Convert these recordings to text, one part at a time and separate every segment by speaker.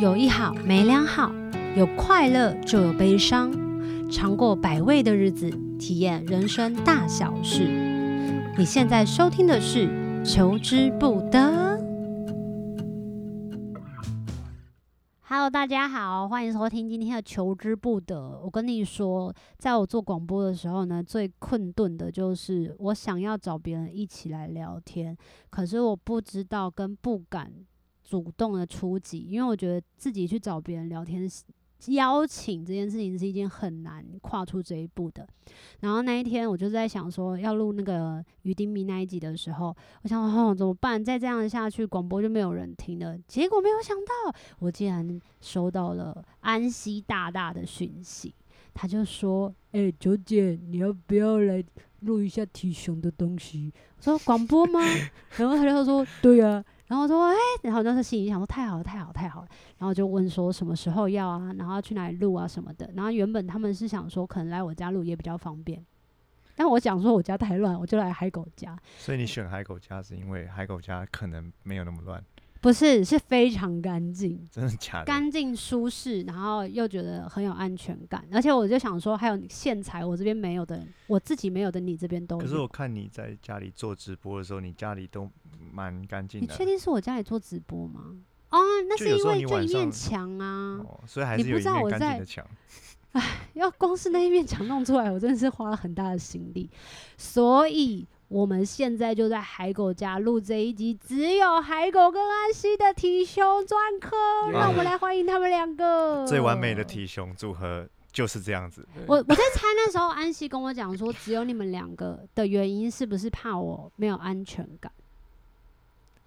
Speaker 1: 有一好没两好，有快乐就有悲伤，尝过百味的日子，体验人生大小事。你现在收听的是《求之不得》。Hello，大家好，欢迎收听今天的《求之不得》。我跟你说，在我做广播的时候呢，最困顿的就是我想要找别人一起来聊天，可是我不知道跟不敢主动的出击，因为我觉得自己去找别人聊天是。邀请这件事情是一件很难跨出这一步的。然后那一天，我就在想说，要录那个于丁咪那一集的时候，我想说，哦，怎么办？再这样下去，广播就没有人听了。结果没有想到，我竟然收到了安西大大的讯息，他就说：“哎、九姐，你要不要来录一下体熊的东西？”我说：“广播吗？” 然后他就说：“对啊。”然后我说：“哎、然后那时候心里想说：“太好了，太好了，太好了。”然后就问说什么时候要啊，然后要去哪里录啊什么的。然后原本他们是想说，可能来我家录也比较方便。但我想说我家太乱，我就来海狗家。
Speaker 2: 所以你选海狗家是因为海狗家可能没有那么乱，
Speaker 1: 不是，是非常干净，
Speaker 2: 真的假的？
Speaker 1: 干净舒适，然后又觉得很有安全感。而且我就想说，还有线材，我这边没有的，我自己没有的，你这边都
Speaker 2: 可是
Speaker 1: 有。
Speaker 2: 我看你在家里做直播的时候，你家里都蛮干净
Speaker 1: 你
Speaker 2: 的
Speaker 1: 确，定是我家里做直播吗？哦，那
Speaker 2: 就是有
Speaker 1: 因
Speaker 2: 时候
Speaker 1: 为
Speaker 2: 你
Speaker 1: 就
Speaker 2: 晚
Speaker 1: 一面
Speaker 2: 上
Speaker 1: 墙啊，
Speaker 2: 哦，所以还
Speaker 1: 你
Speaker 2: 是有
Speaker 1: 不
Speaker 2: 一
Speaker 1: 知道
Speaker 2: 面
Speaker 1: 我
Speaker 2: 干
Speaker 1: 在
Speaker 2: 净的墙。
Speaker 1: 要光是那一面墙弄出来，我真的是花了很大的心力。所以我们现在就在海狗家录这一集，只有海狗跟安西的体胸专科，
Speaker 2: 耶
Speaker 1: 让我们来欢迎他们两个。
Speaker 2: 最完美的体熊组合就是这样子。
Speaker 1: 我我在猜那时候安西跟我讲说，只有你们两个的原因是不是怕我没有安全感？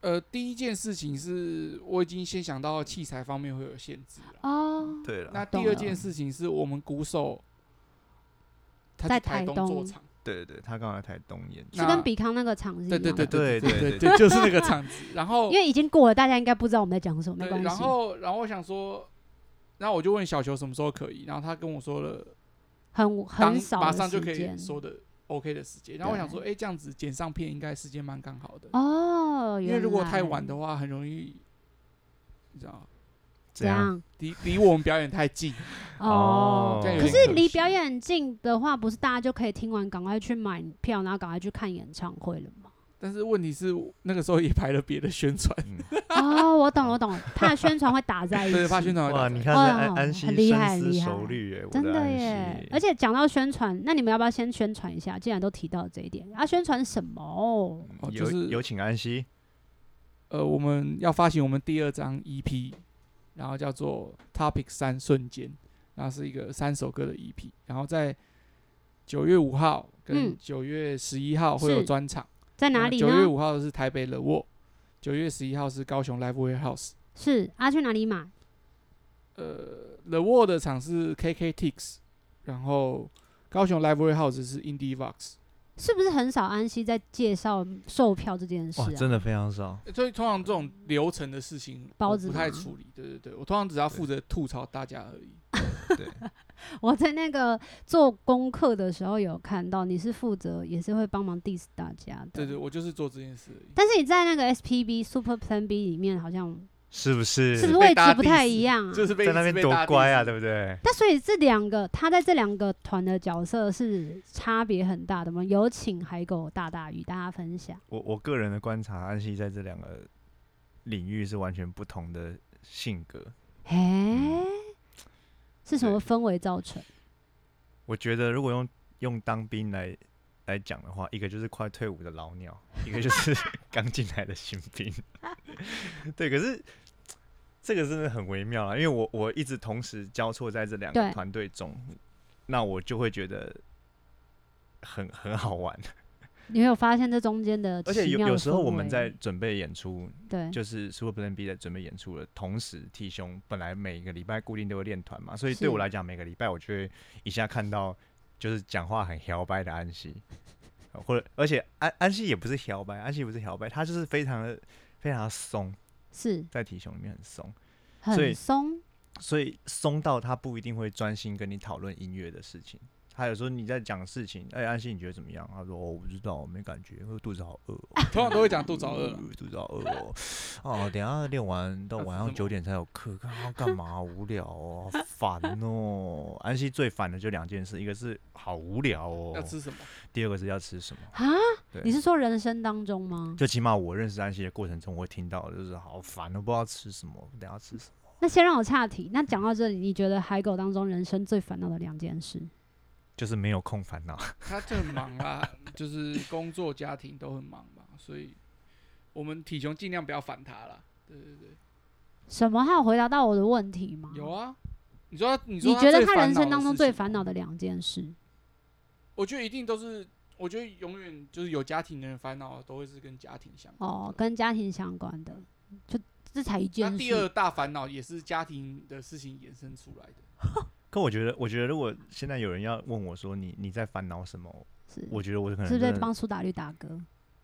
Speaker 3: 呃，第一件事情是我已经先想到器材方面会有限制了。
Speaker 1: 哦，
Speaker 2: 对了，
Speaker 3: 那第
Speaker 1: 懂
Speaker 3: 二
Speaker 1: 了
Speaker 3: 件事情是我们鼓手他
Speaker 1: 在
Speaker 3: 去台
Speaker 1: 台
Speaker 3: 东
Speaker 1: 东
Speaker 3: 做场，
Speaker 2: 对对对，他刚才台东演，
Speaker 1: 是跟比康那个场是一
Speaker 3: 对
Speaker 1: 样的。
Speaker 3: 对对对
Speaker 2: 对对
Speaker 3: 对对，就是那个场子。然后
Speaker 1: 因为已经过了，大家应该不知道我们在讲什么，没
Speaker 3: 哦对，
Speaker 1: 关系。
Speaker 3: 然后然后我想说，然后我就问小球什么时候可以，然后他跟我说了，
Speaker 1: 很
Speaker 3: 当
Speaker 1: 很少
Speaker 3: 马
Speaker 1: 的
Speaker 3: 上就可
Speaker 1: 时
Speaker 3: 以
Speaker 1: 间。
Speaker 3: 说的 OK 的时间。然后我想说，哎，这样子剪上片应该时间蛮刚好的，
Speaker 1: 哦，
Speaker 3: 因为如果太晚
Speaker 1: 的
Speaker 3: 的话，很容易，你知道，
Speaker 1: 这样
Speaker 3: 离离我们表演太近。
Speaker 1: 哦
Speaker 2: 哦，
Speaker 3: 这样有
Speaker 1: 可
Speaker 3: 点
Speaker 1: 是
Speaker 3: 可
Speaker 1: 离
Speaker 3: 惜
Speaker 1: 表演近的话，不是大家就可以听完赶快去买票，然后赶快去看演唱会了吗？
Speaker 3: 但是问题是，那个时候也排了别的宣传，
Speaker 2: 嗯，
Speaker 1: 哦，我懂，我懂，怕宣传会打在一起，
Speaker 3: 对，怕宣传会打
Speaker 2: 哇，
Speaker 3: 架
Speaker 2: 你看这安
Speaker 1: 哇
Speaker 2: 安心
Speaker 1: 很厉害
Speaker 2: 深
Speaker 1: 很厉
Speaker 2: 思
Speaker 1: 害
Speaker 2: 熟虑耶，我
Speaker 1: 真
Speaker 2: 的
Speaker 1: 的
Speaker 2: 安
Speaker 1: 耶
Speaker 2: 心。
Speaker 1: 而且讲到宣传，那你们要不要先宣传一下？既然都提到这一点，啊，宣传什么？
Speaker 2: 嗯
Speaker 3: 哦就
Speaker 2: 有
Speaker 3: 是
Speaker 2: 有请安息，
Speaker 3: 呃，我们要发行我们第二张 EP，然后叫做 Topic 三瞬间，然后是一个三首歌的 EP，然后在九月五号
Speaker 1: 嗯
Speaker 3: 跟九月十一号会有
Speaker 1: 是
Speaker 3: 专场，
Speaker 1: 在哪里
Speaker 3: 九月
Speaker 1: 呢？
Speaker 3: 五号是台北 The w 九月十一号是高雄 Live Warehouse。
Speaker 1: 是啊，去哪里买？
Speaker 3: 呃，The w 的场是 KK Tix，然后高雄 Live Warehouse 是 Indie Vox，
Speaker 1: 是不是很少安息在介绍售票这件事
Speaker 2: 哇，
Speaker 1: 啊？
Speaker 2: 真的非常少。
Speaker 3: 呃所以通常这种流程的事情
Speaker 1: 包
Speaker 3: 我
Speaker 1: 子
Speaker 3: 不太
Speaker 1: 吗
Speaker 3: 处理，对对对，我通常只要负责吐槽大家而已。
Speaker 2: 对，
Speaker 1: 我在那个做功课的时候有看到，你是负责也是会帮忙 diss 大家的。
Speaker 3: 对对，我就是做这件事而已。
Speaker 1: 但是你在那个 SPB Super Plan B 里面，好像
Speaker 2: 是不
Speaker 1: 是
Speaker 2: 是
Speaker 1: 不是
Speaker 3: 被
Speaker 1: 位置
Speaker 3: 大
Speaker 1: 不
Speaker 3: 地
Speaker 1: 太
Speaker 3: 址
Speaker 1: 一样啊？
Speaker 3: 就是被
Speaker 2: 在那边多乖啊，对不对？
Speaker 1: 但所以这两个他在这两个团的角色是差别很大的吗？有请海狗大大与大家分享。
Speaker 2: 我我个人的观察，安息在这两个领域是完全不同的性格。
Speaker 1: 哎、是什么氛围造成？
Speaker 2: 我觉得如果用用当兵来来讲的话，一个就是快退伍的老鸟，一个就是 刚进来的新 兵。对，可是这个真的很微妙啊，因为我我一直同时交错在这两
Speaker 1: 对
Speaker 2: 个团队中，那我就会觉得很很好玩。
Speaker 1: 你有发现这中间的
Speaker 2: 而且
Speaker 1: 奇
Speaker 2: 有
Speaker 1: 妙的
Speaker 2: 有时候
Speaker 1: 氛
Speaker 2: 我们
Speaker 1: 围
Speaker 2: 在准备演出，
Speaker 1: 对
Speaker 2: 就是 Super Plan B 的准备演出了，同时 T 兄本来每个礼拜固定都会练团嘛，所以对
Speaker 1: 是
Speaker 2: 我来讲，每个礼拜我就会一下看到就是讲话很摇摆的安息，呃或者而且安安息也不是摇摆，安息不是摇摆，他就是非常的非常的松，
Speaker 1: 是
Speaker 2: 在 T 兄里面很松，所以
Speaker 1: 很松
Speaker 2: 所以松到他不一定会专心跟你讨论音乐的事情，他有时候你在讲事情，哎，安心你觉得怎么样？他说、哦、我不知道，我没感觉，因为肚子好饿、哦。
Speaker 3: 通常都会讲肚子好饿啊
Speaker 2: 嗯 肚子好饿哦。哦，等一下练完到
Speaker 3: 啊那是
Speaker 2: 晚
Speaker 3: 什
Speaker 2: 上
Speaker 3: 么
Speaker 2: 九点才有课，看要干嘛？无聊哦，好烦 哦。安心最烦的就两件事，一个是好无聊
Speaker 3: 要
Speaker 2: 哦，
Speaker 3: 吃 什么？
Speaker 2: 第二个是要吃什么。
Speaker 1: 啊？
Speaker 2: 对
Speaker 1: 你是说人生当中吗？
Speaker 2: 就起码我认识安息的过程中，我会听到就是好烦，哦都不知道吃什么，等下吃什么。
Speaker 1: 那先让我岔题。那讲到这里，你觉得海狗当中人生最烦恼的两件事？
Speaker 2: 就是没有空烦恼，
Speaker 3: 他就很忙啦，就是工作、家庭都很忙嘛，所以我们体雄尽量不要烦他啦。对对对，
Speaker 1: 什么？还有回答到我的问题吗？
Speaker 3: 有啊。你说他，你说
Speaker 1: 你觉得
Speaker 3: 最
Speaker 1: 他
Speaker 3: 烦
Speaker 1: 人
Speaker 3: 恼
Speaker 1: 生
Speaker 3: 的
Speaker 1: 当中
Speaker 3: 事
Speaker 1: 最
Speaker 3: 情
Speaker 1: 烦恼的两件事？
Speaker 3: 我觉得一定都是，我觉得永远就是有家庭的人烦恼都会是跟家庭相关的
Speaker 1: 哦，跟家庭相关的，就这才一件
Speaker 3: 那
Speaker 1: 事。
Speaker 3: 第二大烦恼也是家庭的事情衍生出来的。
Speaker 2: 可我觉得，我觉得如果现在有人要问我说你你在烦恼什么，
Speaker 1: 是
Speaker 2: 我觉得我可能
Speaker 1: 是不是在
Speaker 2: 真的，
Speaker 1: 帮苏打绿打歌？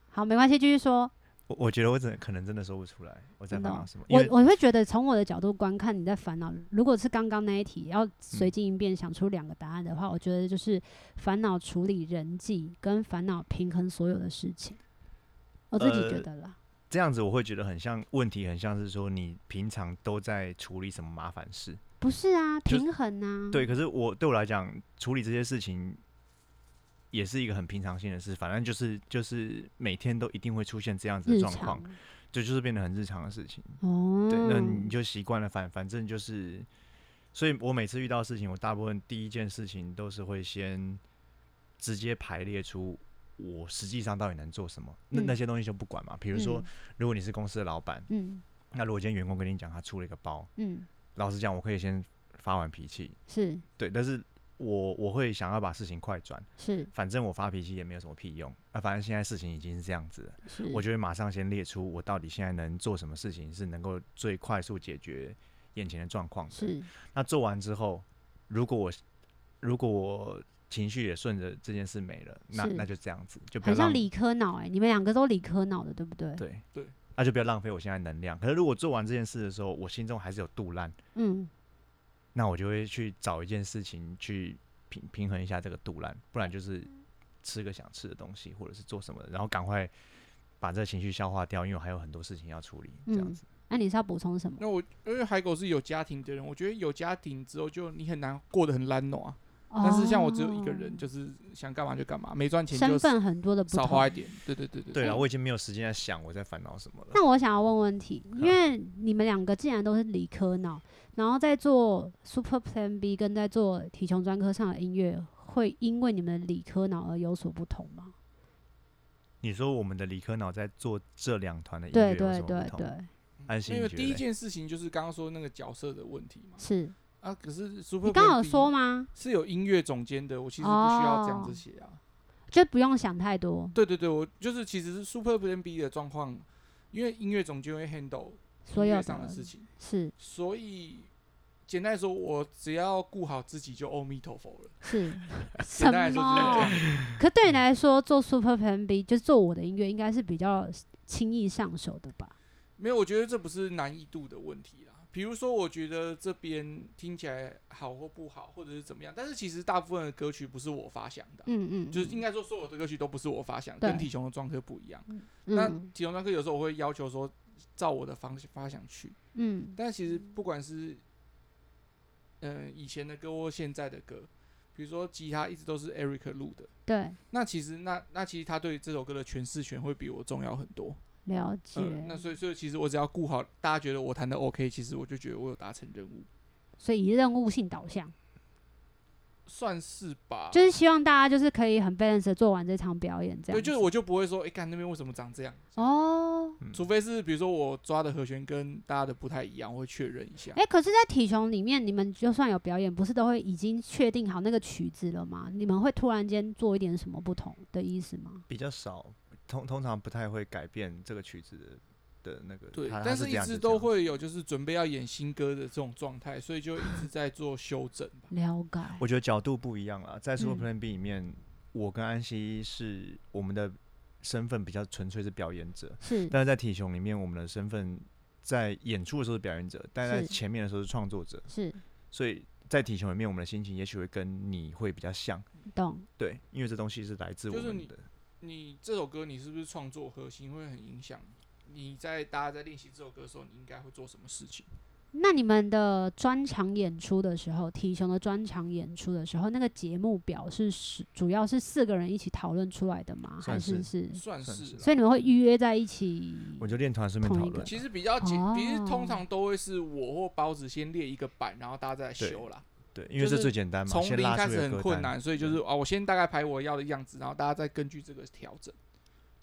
Speaker 1: 好，没关系，继续说。
Speaker 2: 我我觉得我真的可能真的说不出来我在
Speaker 1: 真
Speaker 2: 烦
Speaker 1: 的
Speaker 2: 恼
Speaker 1: 哦
Speaker 2: 什么，因
Speaker 1: 我
Speaker 2: 为
Speaker 1: 我会觉得从我的角度观看你在烦恼，如果是刚刚那一题，要随
Speaker 2: 嗯
Speaker 1: 机应变想出两个答案的话，我觉得就是烦恼处理人际跟烦恼平衡所有的事情，我自己觉
Speaker 2: 呃
Speaker 1: 得啦。
Speaker 2: 这样子我会觉得很像问题，很像是说你平常都在处理什么麻烦事。
Speaker 1: 不是啊，
Speaker 2: 就是
Speaker 1: 平衡啊，
Speaker 2: 对，可是我对我来讲，处理这些事情也是一个很平常性的事，反正就是就是每天都一定会出现这样子的
Speaker 1: 日
Speaker 2: 状
Speaker 1: 常
Speaker 2: 况，这就是变得很日常的事情。
Speaker 1: 哦，
Speaker 2: 对，那你就习惯了，反反正就是，所以我每次遇到事情，我大部分第一件事情都是会先直接排列出我实际上到底能做什么，那
Speaker 1: 嗯
Speaker 2: 那些东西就不管嘛。比如说，如果你是公司的老板，
Speaker 1: 嗯，
Speaker 2: 那如果今天员工跟你讲他出了一个包，
Speaker 1: 嗯嗯，
Speaker 2: 老实讲，我可以先发完脾气，
Speaker 1: 是
Speaker 2: 对，但是我我会想要把事情快转，
Speaker 1: 是
Speaker 2: 反正我发脾气也没有什么屁用，啊，反正现在事情已经是这样子了。
Speaker 1: 是，
Speaker 2: 我就会马上先列出我到底现在能做什么事情是能够最快速解决眼前的状况的。
Speaker 1: 是
Speaker 2: 那做完之后，如果我如果我情绪也顺着这件事没了，那
Speaker 1: 是
Speaker 2: 那就这样子，就不要
Speaker 1: 很像
Speaker 2: 浪
Speaker 1: 理科脑哎、你们两个都理科脑的，对不对？
Speaker 2: 对
Speaker 3: 对，
Speaker 2: 那就不要浪费我现在能量。可是如果做完这件事的时候，我心中还是有肚烂，
Speaker 1: 嗯，
Speaker 2: 那我就会去找一件事情去平平衡一下这个肚烂，不然就是吃个想吃的东西，或者是做什么，然后赶快把这个情绪消化掉，因为我还有很多事情要处理，这样
Speaker 1: 嗯
Speaker 2: 子。
Speaker 1: 那你是要补充什么？
Speaker 3: 那我因为海狗是有家庭的人，我觉得有家庭之后就你很难过得很懒惰啊。但是像我只有一个人，
Speaker 1: 哦
Speaker 3: 就是想干嘛就干嘛，没赚钱就
Speaker 1: 身份很多的不
Speaker 3: 少
Speaker 1: 同。
Speaker 3: 花一点。对对对对
Speaker 2: 对
Speaker 3: 对
Speaker 2: 啊，我已经没有时间在想我在烦恼什么了。
Speaker 1: 那我想要问问题，
Speaker 2: 嗯
Speaker 1: 因为你们两个既然都是理科脑，然后在做 Super Plan B 跟在做体琼专科上的音乐，会因为你们的理科脑而有所不同吗？
Speaker 2: 你说我们的理科脑在做这两团的音
Speaker 1: 对
Speaker 2: 乐有
Speaker 1: 对
Speaker 2: 什么
Speaker 1: 对
Speaker 2: 不同？
Speaker 1: 对，
Speaker 2: 安心
Speaker 3: 因为
Speaker 2: 你觉得
Speaker 3: 第一
Speaker 2: 嘞
Speaker 3: 件事情就是刚刚说那个角色的问题嘛。
Speaker 1: 是
Speaker 3: 啊，可是 Super
Speaker 1: 你刚好
Speaker 3: Baby
Speaker 1: 说吗？
Speaker 3: 是有音乐总监的，我其实不需要这样子写
Speaker 1: 哦
Speaker 3: 啊。
Speaker 1: 就不用想太多，
Speaker 3: 对对对，我就是其实是 Super Plan B 的状况，因为音乐总监会 handle
Speaker 1: 所
Speaker 3: 音
Speaker 1: 有
Speaker 3: 乐上的事情，
Speaker 1: 是
Speaker 3: 所以简单来说，我只要顾好自己就阿弥陀佛了。
Speaker 1: 是什
Speaker 3: 简单来说是这
Speaker 1: 么？
Speaker 3: 样，
Speaker 1: 可对你来说，做 Super Plan B 就是做我的音乐，应该是比较轻易上手的吧？
Speaker 3: 没有，我觉得这不是难易度的问题啦。比如说，我觉得这边听起来好或不好，或者是怎么样，但是其实大部分的歌曲不是我发想的啊、
Speaker 1: 嗯嗯，
Speaker 3: 就是应该说所有的歌曲都不是我发想，
Speaker 1: 对
Speaker 3: 跟体雄的专科不一样。那
Speaker 1: 嗯
Speaker 3: 体雄专科有时候我会要求说，照我的方发想去，
Speaker 1: 嗯
Speaker 3: 但其实不管是嗯、呃以前的歌或现在的歌，比如说吉他一直都是 Eric 录的，
Speaker 1: 对，
Speaker 3: 那其实那那其实他对这首歌的诠释权会比我重要很多。
Speaker 1: 了解。
Speaker 3: 嗯，那所以所以其实我只要顾好大家觉得我弹的 OK，其实我就觉得我有达成任务，
Speaker 1: 所以以任务性导向，
Speaker 3: 算是吧。
Speaker 1: 就是希望大家就是可以很 balance 地做完这场表演，这样子。
Speaker 3: 对，就是我就不会说，哎、看那边为什么长这样？
Speaker 1: 哦。
Speaker 2: 嗯
Speaker 3: 除非是比如说我抓的和弦跟大家的不太一样，我会确认一下。
Speaker 1: 哎、可是，在体雄里面，你们就算有表演，不是都会已经确定好那个曲子了吗？你们会突然间做一点什么不同的意思吗？
Speaker 2: 比较少，通通常不太会改变这个曲子的的那个。
Speaker 3: 对，
Speaker 2: 它它
Speaker 3: 但
Speaker 2: 是
Speaker 3: 一
Speaker 2: 这样
Speaker 3: 直
Speaker 2: 就
Speaker 3: 都
Speaker 2: 这样
Speaker 3: 会有就是准备要演新歌的这种状态，所以就一直在做修整吧。
Speaker 1: 了解。
Speaker 2: 我觉得角度不一样啊，在 Super
Speaker 1: 嗯
Speaker 2: Plan B 里面，我跟安息是我们的身份比较纯粹是表演者，
Speaker 1: 是
Speaker 2: 但是在体雄里面，我们的身份在演出的时候是表演者，但在
Speaker 1: 是
Speaker 2: 前面的时候是创作者，
Speaker 1: 是
Speaker 2: 所以在体球里面，我们的心情也许会跟你会比较像，
Speaker 1: 懂？
Speaker 2: 对，因为这东西是来自我
Speaker 3: 就是
Speaker 2: 们
Speaker 3: 你
Speaker 2: 的，
Speaker 3: 你这首歌你是不是创作核心会很影响你在大家在练习这首歌的时候，你应该会做什么事情？
Speaker 1: 那你们的专场演出的时候，体雄的专场演出的时候，那个节目表是是主要是四个人一起讨论出来的吗？还
Speaker 2: 算
Speaker 1: 是
Speaker 2: 是
Speaker 1: 是？
Speaker 3: 算
Speaker 2: 算
Speaker 3: 是
Speaker 2: 是
Speaker 3: 啦，
Speaker 1: 所以你们会预约在一起？
Speaker 2: 我就练团顺便
Speaker 1: 同
Speaker 2: 讨
Speaker 1: 一个
Speaker 2: 论。
Speaker 3: 其实比较简，其实
Speaker 1: 哦
Speaker 3: 通常都会是我或包子先列一个版，然后大家再来
Speaker 2: 对
Speaker 3: 修啦。
Speaker 2: 对，因为这
Speaker 3: 是
Speaker 2: 最简单嘛，
Speaker 3: 从
Speaker 2: 先
Speaker 3: 零
Speaker 2: 拉
Speaker 3: 开
Speaker 2: 出一
Speaker 3: 始
Speaker 2: 个
Speaker 3: 很
Speaker 2: 歌
Speaker 3: 困
Speaker 2: 单嗯
Speaker 3: 难，所以就是啊，我先大概排我要的样子，然后大家再根据这个调整。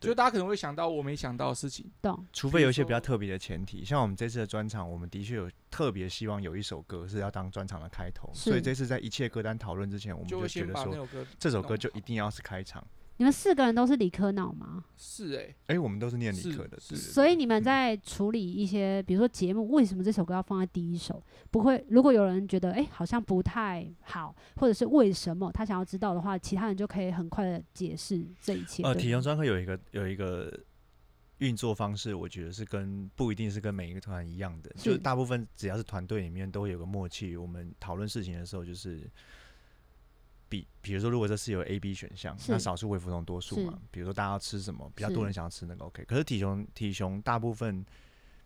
Speaker 2: 对
Speaker 3: 就大家可能会想到我没想到的事情，
Speaker 1: 懂？
Speaker 2: 除
Speaker 3: 比
Speaker 2: 非
Speaker 3: 如
Speaker 2: 有一些比较
Speaker 3: 说
Speaker 2: 特别的前提，像我们这次的专场，我们的确有特别希望有一首歌是要当专场的开头，所以
Speaker 1: 是
Speaker 2: 这次在一切歌单讨论之前，我们
Speaker 3: 就
Speaker 2: 就
Speaker 3: 会
Speaker 2: 觉
Speaker 3: 先
Speaker 2: 得
Speaker 3: 把那
Speaker 2: 说
Speaker 3: 首歌
Speaker 2: 这首
Speaker 3: 弄
Speaker 2: 歌就
Speaker 3: 好
Speaker 2: 一定要是开场。
Speaker 1: 你们四个人都是理科脑吗？
Speaker 3: 是哎、
Speaker 2: 哎、我们都是念理
Speaker 3: 是
Speaker 2: 科的，对
Speaker 3: 是
Speaker 2: 对
Speaker 1: 所以你们
Speaker 2: 嗯
Speaker 1: 在处理一些，比如说节目，为什么这首歌要放在第一首？不会，如果有人觉得诶好像不太好，或者是为什么他想要知道的话，其他人就可以很快的解释这一切。
Speaker 2: 呃，
Speaker 1: 对
Speaker 2: 体型专科有一个有一个运作方式，我觉得是跟不一定是跟每一个团一样的，就是
Speaker 1: 是
Speaker 2: 大部分只要是团队里面都会有个默契。我们讨论事情的时候，就是比比如说，如果这是有 A、B 选项，那
Speaker 1: 是
Speaker 2: 少数会服从多数嘛
Speaker 1: 是。
Speaker 2: 比如说大家要吃什么，比较多
Speaker 1: 是
Speaker 2: 人想要吃那个 OK。可是体熊体熊大部分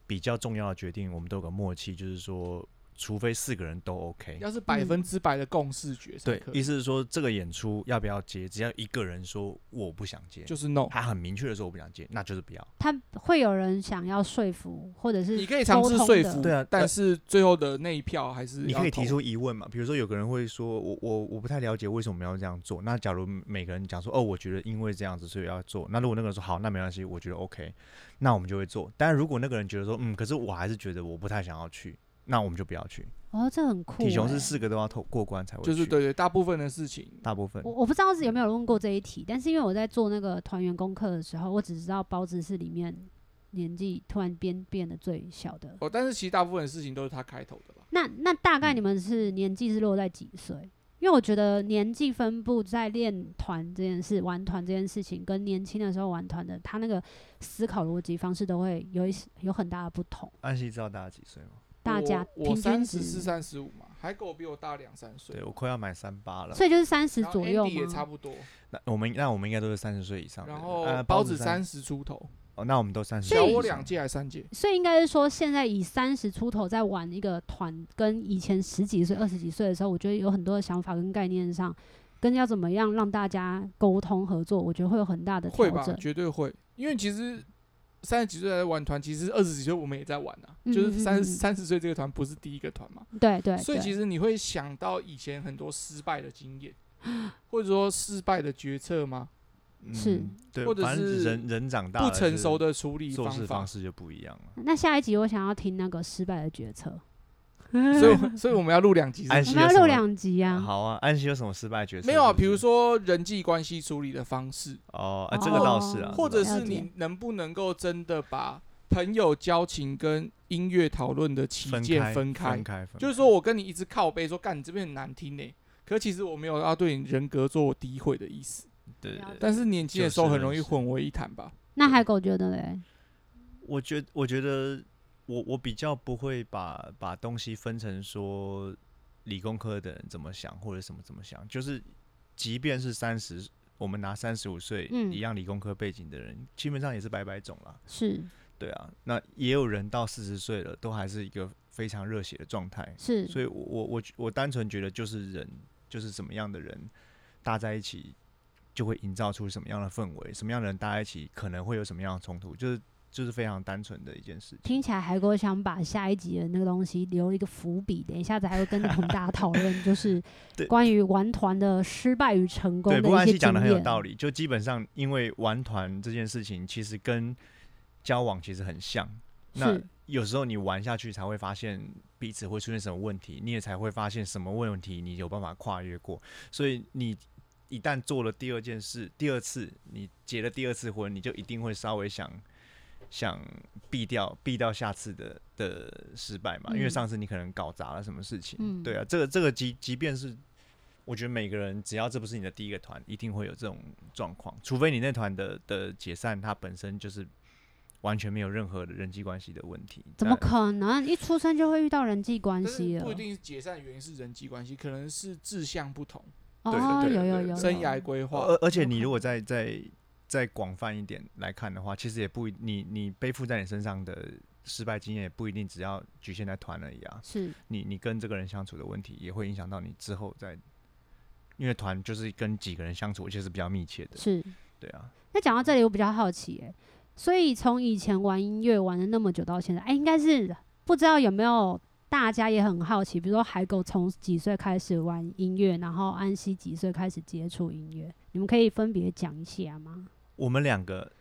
Speaker 2: 比较重要的决定，我们都有个默契，就是说，除非四个人都 OK，
Speaker 3: 要是百
Speaker 1: 嗯
Speaker 3: 分之百的共识决才
Speaker 2: 对
Speaker 3: 可，以，
Speaker 2: 意思是说这个演出要不要接，只要一个人说我不想接，
Speaker 3: 就是 no。
Speaker 2: 他很明确的说我不想接，那就是不要。
Speaker 1: 他会有人想要说服，或者是
Speaker 3: 你可以尝试
Speaker 1: 沟通
Speaker 3: 说
Speaker 1: 的
Speaker 3: 服，
Speaker 2: 对啊
Speaker 3: 但
Speaker 2: 但
Speaker 3: 是最后的那一票还是
Speaker 2: 你
Speaker 3: 要
Speaker 2: 可以提
Speaker 3: 投
Speaker 2: 出疑问嘛，比如说有个人会说，我我我不太了解为什么要这样做。那假如每个人讲说，哦，我觉得因为这样子所以要做，那如果那个人说好，那没关系，我觉得 OK，那我们就会做。但如果那个人觉得说，嗯，可是我还是觉得我不太想要去，那我们就不要去。
Speaker 1: 哦，这很酷、欸。
Speaker 2: 体雄是四个都要透过关才会去，
Speaker 3: 就是对对，大部分的事情
Speaker 2: 大部分
Speaker 1: 我我不知道是有没有人问过这一题，但是因为我在做那个团员功课的时候，我只知道包子是里面年纪突然变变得最小的。
Speaker 3: 哦，但是其实大部分的事情都是他开头的吧。
Speaker 1: 那那大
Speaker 3: 嗯
Speaker 1: 概你们是年纪是落在几岁？因为我觉得年纪分布在练团这件事、玩团这件事情，跟年轻的时候玩团的他那个思考逻辑方式都会有一些有很大的不同。
Speaker 2: 安息知道大家几岁吗？
Speaker 1: 大家
Speaker 3: 我我
Speaker 1: 平
Speaker 3: 三
Speaker 1: 均
Speaker 3: 十四、
Speaker 1: 值，
Speaker 3: 三十五嘛，海狗比我大两三岁
Speaker 2: 对，我快要满三八了。
Speaker 1: 所以就是三十
Speaker 3: 然后
Speaker 1: 左右
Speaker 3: Andy 也
Speaker 1: 吗？
Speaker 3: 差不多，
Speaker 2: 那我们那我们应该都是三十岁以上的人。
Speaker 3: 然后
Speaker 2: 呃
Speaker 3: 包
Speaker 2: 包
Speaker 3: 子
Speaker 2: 三
Speaker 3: 三十出头，
Speaker 2: 哦，那我们都三十岁以
Speaker 3: 小
Speaker 2: 上，
Speaker 3: 我两届还三届，
Speaker 1: 所以应该是说，现在以三十出头在玩一个团，跟以前十几岁、二十几岁的时候，我觉得有很多的想法跟概念上，跟要怎么样让大家沟通合作，我觉得会有很大的调
Speaker 3: 会吧？
Speaker 1: 整。
Speaker 3: 绝对会，因为其实三十几岁在玩团，其实二十几岁我们也在玩啊，
Speaker 1: 嗯
Speaker 3: 就是
Speaker 1: 嗯
Speaker 3: 三
Speaker 1: 嗯
Speaker 3: 三十岁这个团不是第一个团嘛，
Speaker 1: 对对
Speaker 3: 所以其
Speaker 1: 实
Speaker 3: 实你会想到以前很多失败的 经验，或者说失败的决策吗？
Speaker 1: 是
Speaker 2: 嗯对，
Speaker 3: 或者
Speaker 2: 反正
Speaker 3: 是
Speaker 2: 人人长大
Speaker 3: 不
Speaker 2: 了
Speaker 3: 成
Speaker 2: 就是
Speaker 3: 熟的处理
Speaker 2: 做
Speaker 3: 方
Speaker 2: 事
Speaker 3: 法
Speaker 2: 方，式就不一样了。
Speaker 1: 那下一集我想要听那个失败的决策，
Speaker 3: 所以我所以我们要录两集是不
Speaker 2: 安
Speaker 3: 是。
Speaker 2: 息
Speaker 1: 我
Speaker 2: 有
Speaker 1: 们要录
Speaker 2: 什么
Speaker 1: 两集啊。
Speaker 2: 好啊，安息有什么失败决策？
Speaker 3: 没有啊，
Speaker 2: 是不
Speaker 3: 比
Speaker 2: 是
Speaker 3: 如说人际关系处理的方式，
Speaker 2: 哦、啊，这个倒是啊，
Speaker 1: 哦
Speaker 3: 或
Speaker 2: 这
Speaker 3: 者
Speaker 2: 个倒
Speaker 3: 是
Speaker 1: 了解
Speaker 3: 你能不能够真的把朋友交情跟音乐讨论的期
Speaker 2: 分
Speaker 3: 间
Speaker 2: 开
Speaker 3: 分开？
Speaker 2: 分开，分
Speaker 3: 就是
Speaker 2: 开
Speaker 3: 说我跟你一直靠背说，干你这边很难听呢、可其实我没有要对你人格做诋毁的意思，
Speaker 2: 对对
Speaker 1: 了
Speaker 2: 对
Speaker 1: 解
Speaker 3: 但是年轻的时候
Speaker 2: 呃就事论
Speaker 3: 很容易
Speaker 2: 事
Speaker 3: 混为一谈吧。
Speaker 1: 那海狗觉得嘞？
Speaker 2: 我觉我觉得我我比较不会把把东西分成说理工科的人怎么想或者什么怎么想，就是即便是三十，我们拿三十五岁
Speaker 1: 嗯
Speaker 2: 一样理工科背景的人，基本上也是百百种啦。
Speaker 1: 是
Speaker 2: 对啊，那也有人到四十岁了，都还是一个非常热血的状态。
Speaker 1: 是，
Speaker 2: 所以我我我我单纯觉得就是人就是什么样的人搭在一起，就会营造出什么样的氛围，什么样的人搭在一起可能会有什么样的冲突，就是就是非常单纯的一件事情。
Speaker 1: 听起来海狗想把下一集的那个东西留一个伏笔，等一下子还会跟同大家讨论，就是
Speaker 2: 对
Speaker 1: 关于玩团的失败与成功
Speaker 2: 对，
Speaker 1: 的
Speaker 2: 不过
Speaker 1: 一
Speaker 2: 安西
Speaker 1: 些
Speaker 2: 讲
Speaker 1: 经
Speaker 2: 的很有
Speaker 1: 验。
Speaker 2: 道理，就基本上因为玩团这件事情，其实跟交往其实很像。那
Speaker 1: 是
Speaker 2: 有时候你玩下去才会发现彼此会出现什么问题，你也才会发现什么问题你有办法跨越过。所以你一旦做了第二件事，第二次你结了第二次婚，你就一定会稍微想想避掉避掉下次的的失败嘛，因为
Speaker 1: 嗯
Speaker 2: 上次你可能搞砸了什么事情。
Speaker 1: 嗯
Speaker 2: 对啊，这个这个即即便是我觉得每个人只要这不是你的第一个团，一定会有这种状况，除非你那团的的解散，它本身就是完全没有任何的人际关系的问题。
Speaker 1: 怎么
Speaker 2: 但
Speaker 1: 可能一出生就会遇到人际关
Speaker 3: 但
Speaker 1: 系
Speaker 3: 是
Speaker 1: 了
Speaker 3: 不一？定解散的原因是人际关系，可能是志向不同、
Speaker 2: 对对
Speaker 1: 哦，
Speaker 2: 对
Speaker 1: 有
Speaker 2: 对
Speaker 1: 有
Speaker 2: 对
Speaker 1: 有
Speaker 3: 生
Speaker 1: 有
Speaker 3: 涯规划。
Speaker 2: 而而且
Speaker 1: 有
Speaker 2: 你
Speaker 1: 可
Speaker 2: 如果
Speaker 1: 能
Speaker 2: 再再再广泛一点来看的话，其实也不一你你背负在你身上的失败经验也不一定只要局限在团而已啊。
Speaker 1: 是
Speaker 2: 你你跟这个人相处的问题也会影响到你之后在，因为团就是跟几个人相处，而且是比较密切的。
Speaker 1: 是。
Speaker 2: 对啊，
Speaker 1: 那讲到这里，我比较好奇、欸，所以从以前玩音乐玩了那么久到现在，哎、应该是不知道有没有大家也很好奇，比如说海狗从几岁开始玩音乐，然后安西几岁开始接触音乐，你们可以分别讲一下吗？
Speaker 2: 我们两个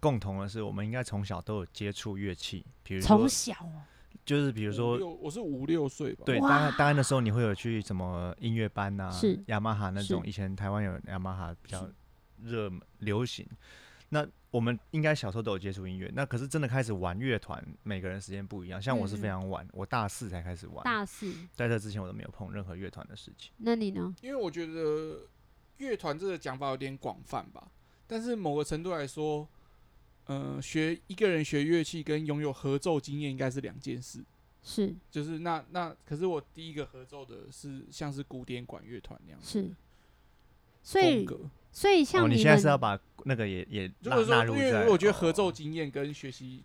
Speaker 2: 共同的是，我们应该从小都有接触乐器，比如
Speaker 1: 从
Speaker 2: 说啊
Speaker 1: 小哦、
Speaker 2: 就是比
Speaker 3: 比
Speaker 2: 如说。
Speaker 3: 我是五六岁吧，
Speaker 2: 对，
Speaker 1: 哇
Speaker 2: 当然，当然的时候你会有去什么音乐班呐、
Speaker 1: 是
Speaker 2: 雅马哈那种，
Speaker 1: 是
Speaker 2: 以前台湾有雅马哈比较
Speaker 3: 是
Speaker 2: 热门流行。那我们应该小时候都有接触音乐，那可是真的开始玩乐团，每个人时间不一样。像我是
Speaker 1: 嗯嗯
Speaker 2: 非常晚，我大四才开始玩，
Speaker 1: 大四，
Speaker 2: 在这之前我都没有碰任何乐团的事情。
Speaker 1: 那你呢？
Speaker 3: 因为我觉得乐团这个讲法有点广泛吧，但是某个程度来说，呃，学一个人学乐器跟拥有合奏经验应该是两件事。
Speaker 1: 是
Speaker 3: 就是那那，可是我第一个合奏的是像是古典管乐团那样子
Speaker 1: 是，所
Speaker 3: 风
Speaker 1: 以
Speaker 3: 格。
Speaker 1: 所以像
Speaker 2: 哦，
Speaker 1: 们、
Speaker 2: 你现在是要把那个也也
Speaker 3: 如
Speaker 2: 纳
Speaker 3: 果说
Speaker 2: 纳，入
Speaker 3: 因
Speaker 2: 在？
Speaker 3: 为我觉得合
Speaker 2: 哦
Speaker 3: 奏经验跟学习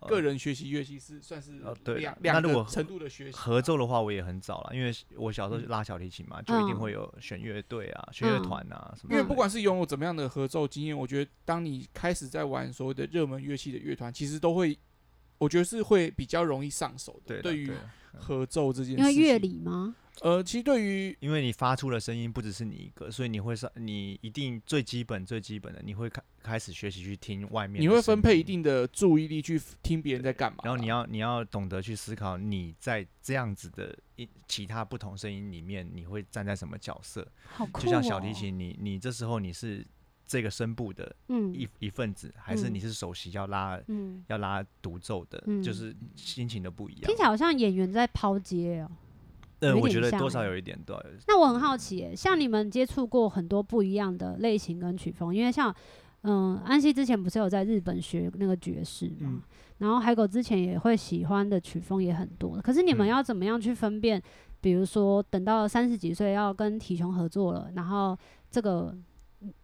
Speaker 2: 哦
Speaker 3: 个人学习乐器是算是
Speaker 2: 哦对
Speaker 3: 两
Speaker 2: 啦
Speaker 3: 两
Speaker 2: 那如
Speaker 3: 个
Speaker 2: 果
Speaker 3: 程度的学习
Speaker 2: 呃合奏的话，我也很早了，因为我小时候
Speaker 3: 嗯
Speaker 2: 拉小提琴嘛，就一定
Speaker 1: 嗯
Speaker 2: 会有选乐队啊、选乐
Speaker 1: 嗯
Speaker 2: 团啊什么之类的。
Speaker 3: 因为不管是拥有怎么样的合奏经验，我觉得当你开始在玩所谓的热门乐器的乐团，其实都会，我觉得是会比较容易上手
Speaker 2: 对啊嗯
Speaker 3: 的。
Speaker 2: 啦
Speaker 3: 对于
Speaker 2: 啦
Speaker 3: 合奏这件事情，
Speaker 1: 因为乐理吗？
Speaker 3: 呃，其实对于
Speaker 2: 因为你发出的声音不只是你一个，所以你会上，你一定最基本最基本的，你会开开始学习去听外面，
Speaker 3: 你会分配一，定的注意力去听别人在干嘛啦，
Speaker 2: 然后你要你要懂得去思考你在这样子的一其他不同声音里面，你会站在什么角色？
Speaker 1: 好酷、哦！
Speaker 2: 就像小提，琴，你你这时候你是这个声部的
Speaker 1: 嗯
Speaker 2: 一一份子，还是
Speaker 1: 嗯
Speaker 2: 你是首席要拉
Speaker 1: 嗯，
Speaker 2: 要拉独奏的，
Speaker 1: 嗯
Speaker 2: 就是心情都不一样。
Speaker 1: 听起来好像演员在抛接哦、
Speaker 2: 嗯，
Speaker 1: 有一
Speaker 2: 我
Speaker 1: 点
Speaker 2: 觉得多
Speaker 1: 像欸
Speaker 2: 少有一点多少有一点
Speaker 1: 那我很好奇耶，像你们接触过很多不一样的类型跟曲风，因为像嗯，安西之前不是有在日本学那个爵士嘛，
Speaker 3: 嗯
Speaker 1: 然后海狗之前也会喜欢的曲风也很多。可是你们
Speaker 2: 嗯
Speaker 1: 要怎么样去分辨？比如说，等到三十几岁要跟体雄合作了，然后这个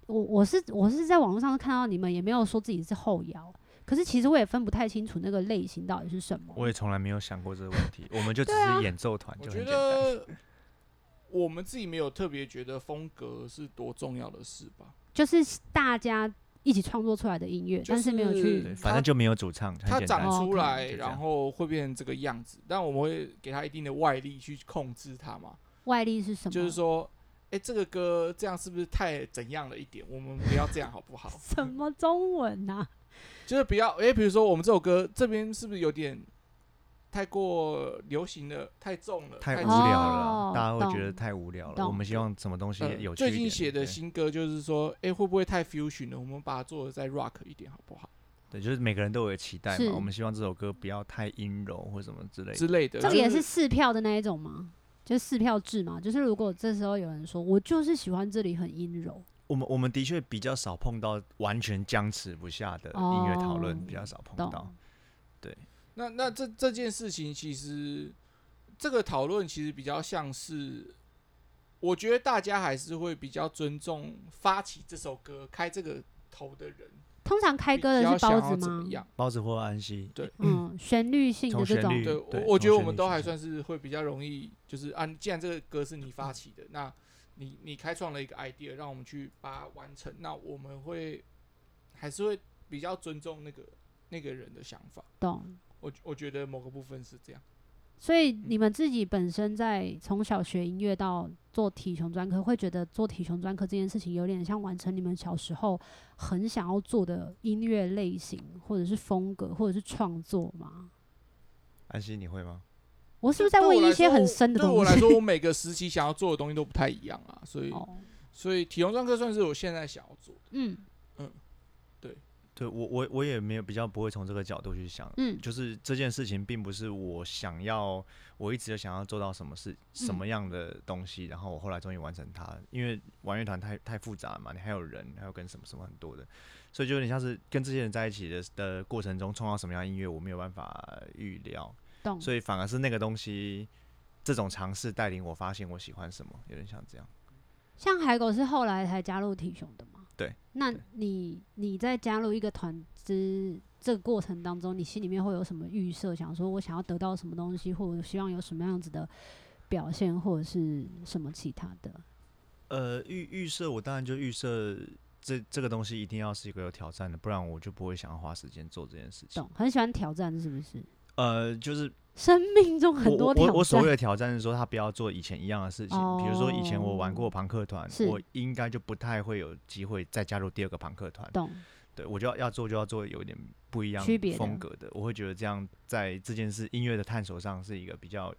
Speaker 1: 我我是我是在网络上看到你们也没有说自己是后摇，可是其实我也分不太清楚那个类型到底是什么。
Speaker 2: 我也从来没有想过这个问题，我们就只
Speaker 1: 对啊
Speaker 2: 是演奏团，
Speaker 3: 我
Speaker 2: 就
Speaker 3: 觉
Speaker 2: 很简单。
Speaker 3: 得 我们自己没有特别觉得风格是多重要的事吧。
Speaker 1: 就是大家一起创作出来的音乐，
Speaker 3: 就
Speaker 1: 但是没有去
Speaker 2: 对，
Speaker 3: 嗯
Speaker 2: 反
Speaker 3: 它
Speaker 2: 正就没有主唱，很
Speaker 3: 它
Speaker 2: 简
Speaker 3: 长
Speaker 2: 单。
Speaker 3: 出
Speaker 1: 哦
Speaker 3: 来，
Speaker 2: 就这样
Speaker 3: 然后会变成这个样子，但我们会给它一定的外力去控制它嘛。
Speaker 1: 外力是什么？？
Speaker 3: 就是说，哎、这个歌这样是不是太怎样了一点？我们不要这样好不好
Speaker 1: 什么中文啊呐、
Speaker 3: 就是不要，哎、比如说我们这首歌这边是不是有点太过流行了，太重了，
Speaker 2: 太无
Speaker 3: 太
Speaker 2: 聊
Speaker 1: 哦
Speaker 2: 了啊，大家会觉得
Speaker 1: 懂
Speaker 2: 太无聊了。
Speaker 1: 懂
Speaker 2: 我们希望什么东西
Speaker 3: 呃
Speaker 2: 有趣一点。
Speaker 3: 最近写的
Speaker 2: 对
Speaker 3: 新歌就是说，哎、会不会太 fusion 了？我们把它做的再 rock 一点好不好？
Speaker 2: 对，就是每个人都有期待
Speaker 1: 是
Speaker 2: 嘛。我们希望这首歌不要太阴柔或什么之类
Speaker 3: 之
Speaker 2: 的。
Speaker 3: 类的。
Speaker 1: 这个也是
Speaker 3: 就
Speaker 1: 四票的那一种吗？就是四票制嘛，就是如果这时候有人说我就是喜欢这里很阴柔，
Speaker 2: 我们我们的确比较少碰到完全僵持不下的音乐讨论
Speaker 1: 哦，
Speaker 2: 比较少碰到
Speaker 1: 懂。？
Speaker 3: 那那这这件事情，其实这个讨论其实比较像是，我觉得大家还是会比较尊重发起这首歌、开这个头的人。
Speaker 1: 通常开歌的
Speaker 3: 比较
Speaker 1: 是
Speaker 3: 想
Speaker 1: 包
Speaker 3: 要
Speaker 1: 子
Speaker 3: 怎
Speaker 1: 吗
Speaker 3: 么？样？
Speaker 2: 包子或安息，
Speaker 3: 对
Speaker 1: 嗯，旋律性的
Speaker 2: 从
Speaker 1: 这
Speaker 2: 旋
Speaker 1: 种
Speaker 2: 律
Speaker 3: 对，
Speaker 2: 对
Speaker 3: 我我觉得
Speaker 2: 同
Speaker 3: 我
Speaker 2: 学
Speaker 3: 们
Speaker 2: 理
Speaker 3: 都
Speaker 2: 解
Speaker 3: 还算是会比较容易，就是啊，既然这个歌是你发起的，那你你开创了一个 idea，让我们去把它完成，那我们会还是会比较尊重那个那个人的想法。
Speaker 1: 懂。
Speaker 3: 我我觉得某个部分是这样。
Speaker 1: 所以你们自己本身在从小学音乐到做体雄专科，会觉得做体雄专科这件事情有点像完成你们小时候很想要做的音乐类型，或者是风格，或者是创作吗？
Speaker 2: 安息你会吗？
Speaker 1: 我是不是在
Speaker 3: 对我
Speaker 1: 问
Speaker 3: 来
Speaker 1: 一些
Speaker 3: 说
Speaker 1: 很深的
Speaker 3: 对我
Speaker 1: 东
Speaker 3: 来
Speaker 1: 西？
Speaker 3: 说，我每个时期想要做的东西都不太一样啊，所以、
Speaker 1: 哦，
Speaker 3: 所以体容专科算是我现在想要做的。
Speaker 1: 嗯
Speaker 2: 对我我我也没有比较不会从这个角度去想，
Speaker 1: 嗯，
Speaker 2: 就是这件事情并不是我想要，我一直有想要做到什么事、什么样的东西，然后我后来终于完成它。因为玩乐团太太复杂了嘛，你还有人，还有跟什么什么很多的，所以就有点像是跟这些人在一起的的过程中，创造什么样的音乐，我没有办法预料，
Speaker 1: 懂。
Speaker 2: 所以反而是那个东西，这种尝试带领我发现我喜欢什么，有点像这样。
Speaker 1: 像海狗是后来才加入体雄的嘛？
Speaker 2: 对。
Speaker 1: 那
Speaker 2: 对
Speaker 1: 你你在加入一个团之这个过程当中，你心里面会有什么预设？想说我想要得到什么东西，或者希望有什么样子的表现，或者是什么其他的？
Speaker 2: 呃，预预设我当然就预设这这个东西一定要是一个有挑战的，不然我就不会想要花时间做这件事情
Speaker 1: 懂。？很喜欢挑战，是不是？
Speaker 2: 呃，就是
Speaker 1: 生命中
Speaker 2: 我
Speaker 1: 很多
Speaker 2: 我
Speaker 1: 挑
Speaker 2: 我
Speaker 1: 战。哦
Speaker 2: 我所谓的挑战是说，他不要做以前一样的事情。比如说以前我玩过朋克团，
Speaker 1: 是
Speaker 2: 我应该就不太会有机会再加入第二个朋克团。
Speaker 1: 懂
Speaker 2: 对我就要要做就要做有一点不一样
Speaker 1: 区别的
Speaker 2: 风格的，我会觉得这样在这件事音乐的探索上是一个比较，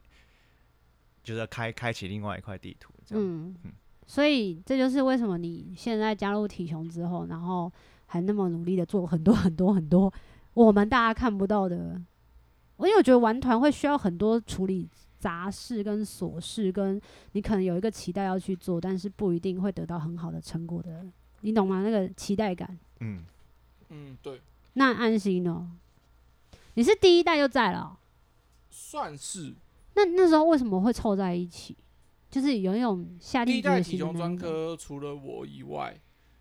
Speaker 2: 就是要开开启另外一块地图这样。
Speaker 1: 嗯
Speaker 2: 嗯，
Speaker 1: 所以这就是为什么你现在加入体雄之后，然后还那么努力的做很多很多很多我们大家看不到的。因为我觉得玩团会需要很多处理杂事跟琐事，跟你可能有一个期待要去做，但是不一定会得到很好的成果的，你懂吗？那个期待感。
Speaker 2: 嗯，
Speaker 3: 嗯，对，
Speaker 1: 那安心呢？你是第一代就在了哦、
Speaker 3: 算是
Speaker 1: 那那时候为什么会凑在一起？就是有一种下
Speaker 3: 第一
Speaker 1: 定
Speaker 3: 代
Speaker 1: 决
Speaker 3: 体
Speaker 1: 心的
Speaker 3: 雄
Speaker 1: 那
Speaker 3: 专
Speaker 1: 一种。
Speaker 3: 科，除了我以外，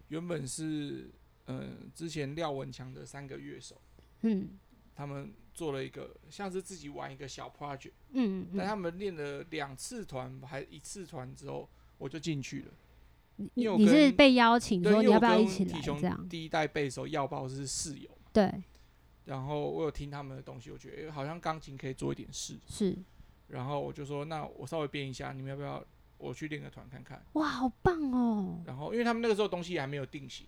Speaker 3: 原本是嗯之前廖文强的三个乐手，
Speaker 1: 嗯
Speaker 3: 他们做了一个像是自己玩一个小 project，
Speaker 1: 嗯嗯，
Speaker 3: 但他们练了两次团还一次团之后，我就进去了。
Speaker 1: 你
Speaker 3: 因为我
Speaker 1: 你是
Speaker 3: 跟
Speaker 1: 被邀请
Speaker 3: 对，
Speaker 1: 说
Speaker 3: 因
Speaker 1: 你
Speaker 3: 为
Speaker 1: 要
Speaker 3: 我
Speaker 1: 不要
Speaker 3: 跟
Speaker 1: 一起来
Speaker 3: 体
Speaker 1: 这
Speaker 3: 雄
Speaker 1: 样？
Speaker 3: 第一代贝手耀豹是室友嘛，
Speaker 1: 对，
Speaker 3: 然后我有听他们的东西，我觉得、诶好像钢琴可以做一点事，
Speaker 1: 是
Speaker 3: 然后我就说那我稍微编一下，你们要不要我去练个团看看？
Speaker 1: 哇，好棒哦。
Speaker 3: 然后因为他们那个时候东西还没有定型，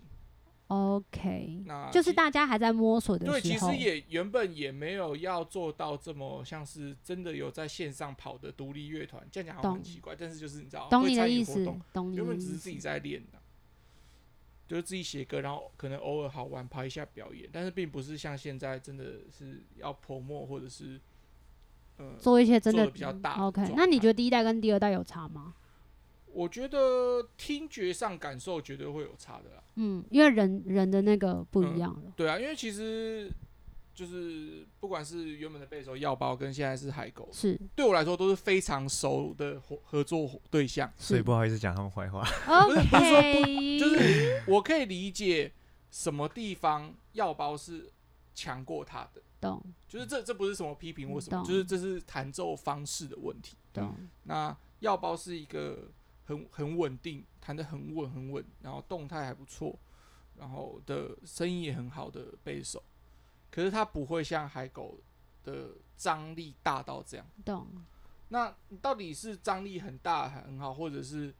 Speaker 1: OK，
Speaker 3: 那
Speaker 1: 嗯就是
Speaker 3: 其
Speaker 1: 大家还在摸索的
Speaker 3: 对，其
Speaker 1: 时候
Speaker 3: 实，也原本也没有要做到这么像是真的有在线上跑的独立乐团，这样讲好像很
Speaker 1: 懂
Speaker 3: 奇怪，但是就是你知道
Speaker 1: 懂
Speaker 3: 会
Speaker 1: 你的
Speaker 3: 参
Speaker 1: 意
Speaker 3: 与活
Speaker 1: 思
Speaker 3: 动，，
Speaker 1: 懂你
Speaker 3: 原
Speaker 1: 的
Speaker 3: 本
Speaker 1: 意
Speaker 3: 只是
Speaker 1: 思
Speaker 3: 自己。在练的、就是自己写歌，然后可能偶尔好玩拍一下表演，但是并不是像现在真的是要泼墨或者是呃，
Speaker 1: 做一些真
Speaker 3: 做
Speaker 1: 的
Speaker 3: 得比较大的
Speaker 1: OK，
Speaker 3: 状
Speaker 1: 那你
Speaker 3: 态
Speaker 1: 觉得第一代跟第二代有差吗？
Speaker 3: 我觉得听觉上感受绝对会有差的啦。
Speaker 1: 嗯，因为人人的那个不一
Speaker 3: 嗯
Speaker 1: 样了。
Speaker 3: 对啊，因为其实就是不管是原本的贝手药包跟现在是海狗，
Speaker 1: 是
Speaker 3: 对我来说都是非常熟的合合作伙对象。
Speaker 2: 所以
Speaker 1: 是
Speaker 2: 不好意思讲他们坏话。
Speaker 3: 是 不是说不
Speaker 1: ，OK，
Speaker 3: 就是我可以理解什么地方药包是强过他的。
Speaker 1: 懂
Speaker 3: 就是这这不是什么批评或什么，
Speaker 1: 懂
Speaker 3: 就是这是弹奏方式的问题。
Speaker 1: 懂，
Speaker 3: 那药包是一个很很稳定，弹得很稳很稳，然后动态还不错，然后的声音也很好的贝手，可是他不会像海狗的张力大到这样。
Speaker 1: 懂，
Speaker 3: 那到底是张力很大很好，或者是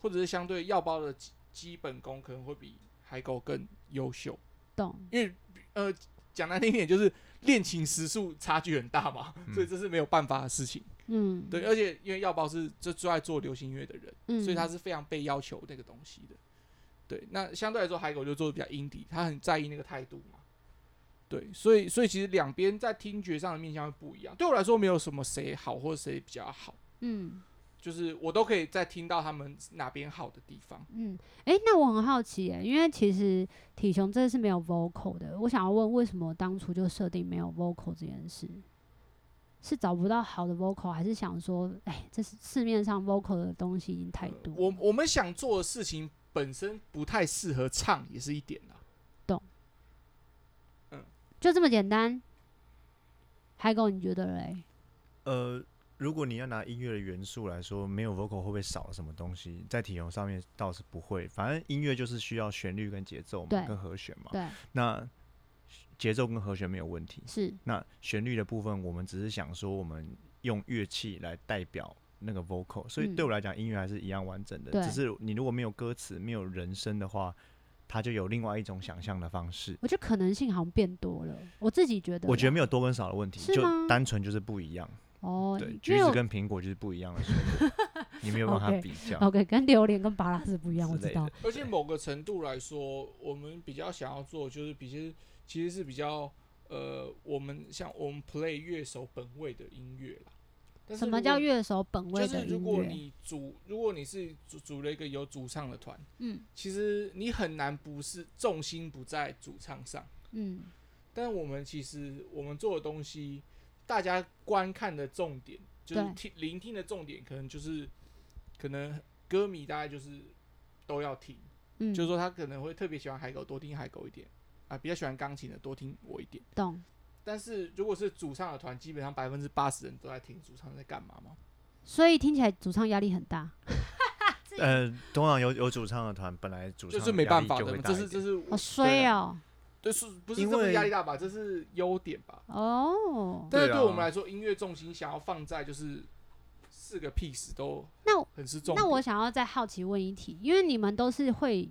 Speaker 3: 或者是相对药包的基基本功可能会比海狗更优秀？
Speaker 1: 懂，
Speaker 3: 因为呃，讲难听一点，就是恋情时速差距很大嘛，
Speaker 2: 嗯
Speaker 3: 所以这是没有办法的事情。
Speaker 1: 嗯，
Speaker 3: 对，而且因为药包是就最爱做流行音乐的人，
Speaker 1: 嗯，
Speaker 3: 所以他是非常被要求那个东西的。对，那相对来说，海狗就做的比较 indie，他很在意那个态度嘛。对，所以所以其实两边在听觉上的面向会不一样。对我来说，没有什么谁好或者谁比较好，
Speaker 1: 嗯。
Speaker 3: 就是我都可以在听到他们哪边好的地方。
Speaker 1: 嗯，诶，那我很好奇耶、因为其实体雄真的是没有 vocal 的，我想要问为什么当初就设定没有 vocal 这件事？是找不到好的 vocal，还是想说，哎、这是市面上 vocal 的东西已经太
Speaker 3: 呃
Speaker 1: 多了？
Speaker 3: 我我们想做的事情本身不太适合唱，也是一点啊啦。
Speaker 1: 就这么简单。海狗，你觉得嘞？
Speaker 2: 呃，如果你要拿音乐的元素来说，没有 vocal 会不会少了什么东西？在体容上面倒是不会，反正音乐就是需要旋律跟节奏嘛
Speaker 1: 对，
Speaker 2: 跟和弦嘛。
Speaker 1: 对，
Speaker 2: 那节奏跟和弦没有问题。
Speaker 1: 是
Speaker 2: 那旋律的部分，我们只是想说，我们用乐器来代表那个 vocal，所以
Speaker 1: 嗯
Speaker 2: 对我来讲，音乐还是一样完整的。
Speaker 1: 对
Speaker 2: 只是你如果没有歌词、没有人声的话，它就有另外一种想象的方式。
Speaker 1: 我觉得可能性好像变多了，我自己觉得啦。
Speaker 2: 我觉得没有多跟少的问题，
Speaker 1: 是
Speaker 2: 就
Speaker 1: 吗
Speaker 2: 单纯就是不一样。
Speaker 1: 哦，
Speaker 2: 对，
Speaker 1: 因
Speaker 2: 橘
Speaker 1: 为
Speaker 2: 子
Speaker 1: 我
Speaker 2: 跟苹果就是不一样的水 果，你没有办法
Speaker 1: OK
Speaker 2: 比较。
Speaker 1: OK 跟榴莲跟巴拉是不一样，我
Speaker 2: 之
Speaker 1: 知
Speaker 2: 类的
Speaker 1: 道。
Speaker 3: 而且某个程度来说，我们比较想要做的就是比较，其实是比较呃，我们像我们 play 乐手本位的音乐啦。但是
Speaker 1: 什
Speaker 3: 如
Speaker 1: 么
Speaker 3: 果
Speaker 1: 叫乐手本位
Speaker 3: 就
Speaker 1: 的
Speaker 3: 是
Speaker 1: 音乐？
Speaker 3: 如果你组，如果你是组组了一个有主唱的团，
Speaker 1: 嗯
Speaker 3: 其实你很难不是重心不在主唱上。
Speaker 1: 嗯
Speaker 3: 但我们其实我们做的东西，大家观看的重点就是
Speaker 1: 对
Speaker 3: 听聆听的重点，可能就是可能歌迷大概就是都要听，
Speaker 1: 嗯，
Speaker 3: 就是说他可能会特别喜欢海狗，多听海狗一点啊，比较喜欢钢琴的多听我一点。
Speaker 1: 懂。
Speaker 3: 但是如果是主唱的团，基本上百分之八十人都在听主唱在干嘛嘛。
Speaker 1: 所以听起来主唱压力很大。
Speaker 2: 呃，通常有有主唱的团，本来主唱
Speaker 3: 就是没
Speaker 2: 压
Speaker 3: 办
Speaker 2: 力
Speaker 3: 法
Speaker 2: 就
Speaker 3: 的
Speaker 2: 会
Speaker 3: 嘛，
Speaker 2: 大
Speaker 3: 这
Speaker 2: 一
Speaker 3: 是这
Speaker 2: 点
Speaker 3: 是
Speaker 1: 好衰哦、
Speaker 3: 对是不是
Speaker 2: 因
Speaker 3: 这么
Speaker 2: 为
Speaker 3: 压力大吧？这是优点吧？
Speaker 1: 哦，
Speaker 3: 但是
Speaker 2: 啊对
Speaker 3: 对
Speaker 2: 啊
Speaker 3: 我们来说，音乐重心想要放在就是四个 piece 都
Speaker 1: 那我
Speaker 3: 很是重点。
Speaker 1: 那我想要再好奇问一题，因为你们都是会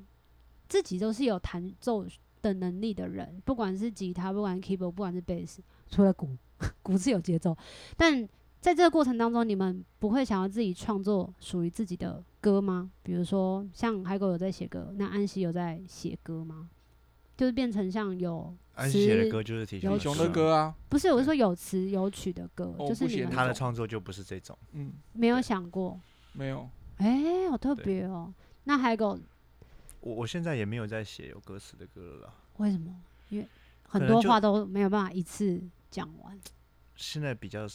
Speaker 1: 自己都是有弹奏的能力的人，不管是吉他，不管是 keyboard，不管是 bass，除了鼓， 鼓是有节奏，但在这个过程当中，你们不会想要自己创作属于自己的歌吗？比如说像海狗有在写歌，那安息有在写歌吗？就是变成像有
Speaker 2: 安息写
Speaker 1: 词
Speaker 2: 的歌就是提
Speaker 1: 有
Speaker 2: 熊
Speaker 3: 熊
Speaker 1: 曲
Speaker 3: 的歌啊，
Speaker 1: 不是，我是说有词有曲的歌，
Speaker 3: 哦
Speaker 1: 就是
Speaker 3: 不
Speaker 1: 你
Speaker 3: 写
Speaker 1: 们
Speaker 2: 他的
Speaker 3: 那种
Speaker 2: 创作就不是这种。
Speaker 3: 嗯，
Speaker 1: 没有想过，
Speaker 3: 没有，
Speaker 1: 哎、好特
Speaker 2: 对
Speaker 1: 别哦、那海狗
Speaker 2: 我我现在也没有在写有歌词的歌了啦，
Speaker 1: 为什么？因为很
Speaker 2: 可能
Speaker 1: 多
Speaker 2: 就
Speaker 1: 话都没有办法一次讲完，
Speaker 2: 现在比较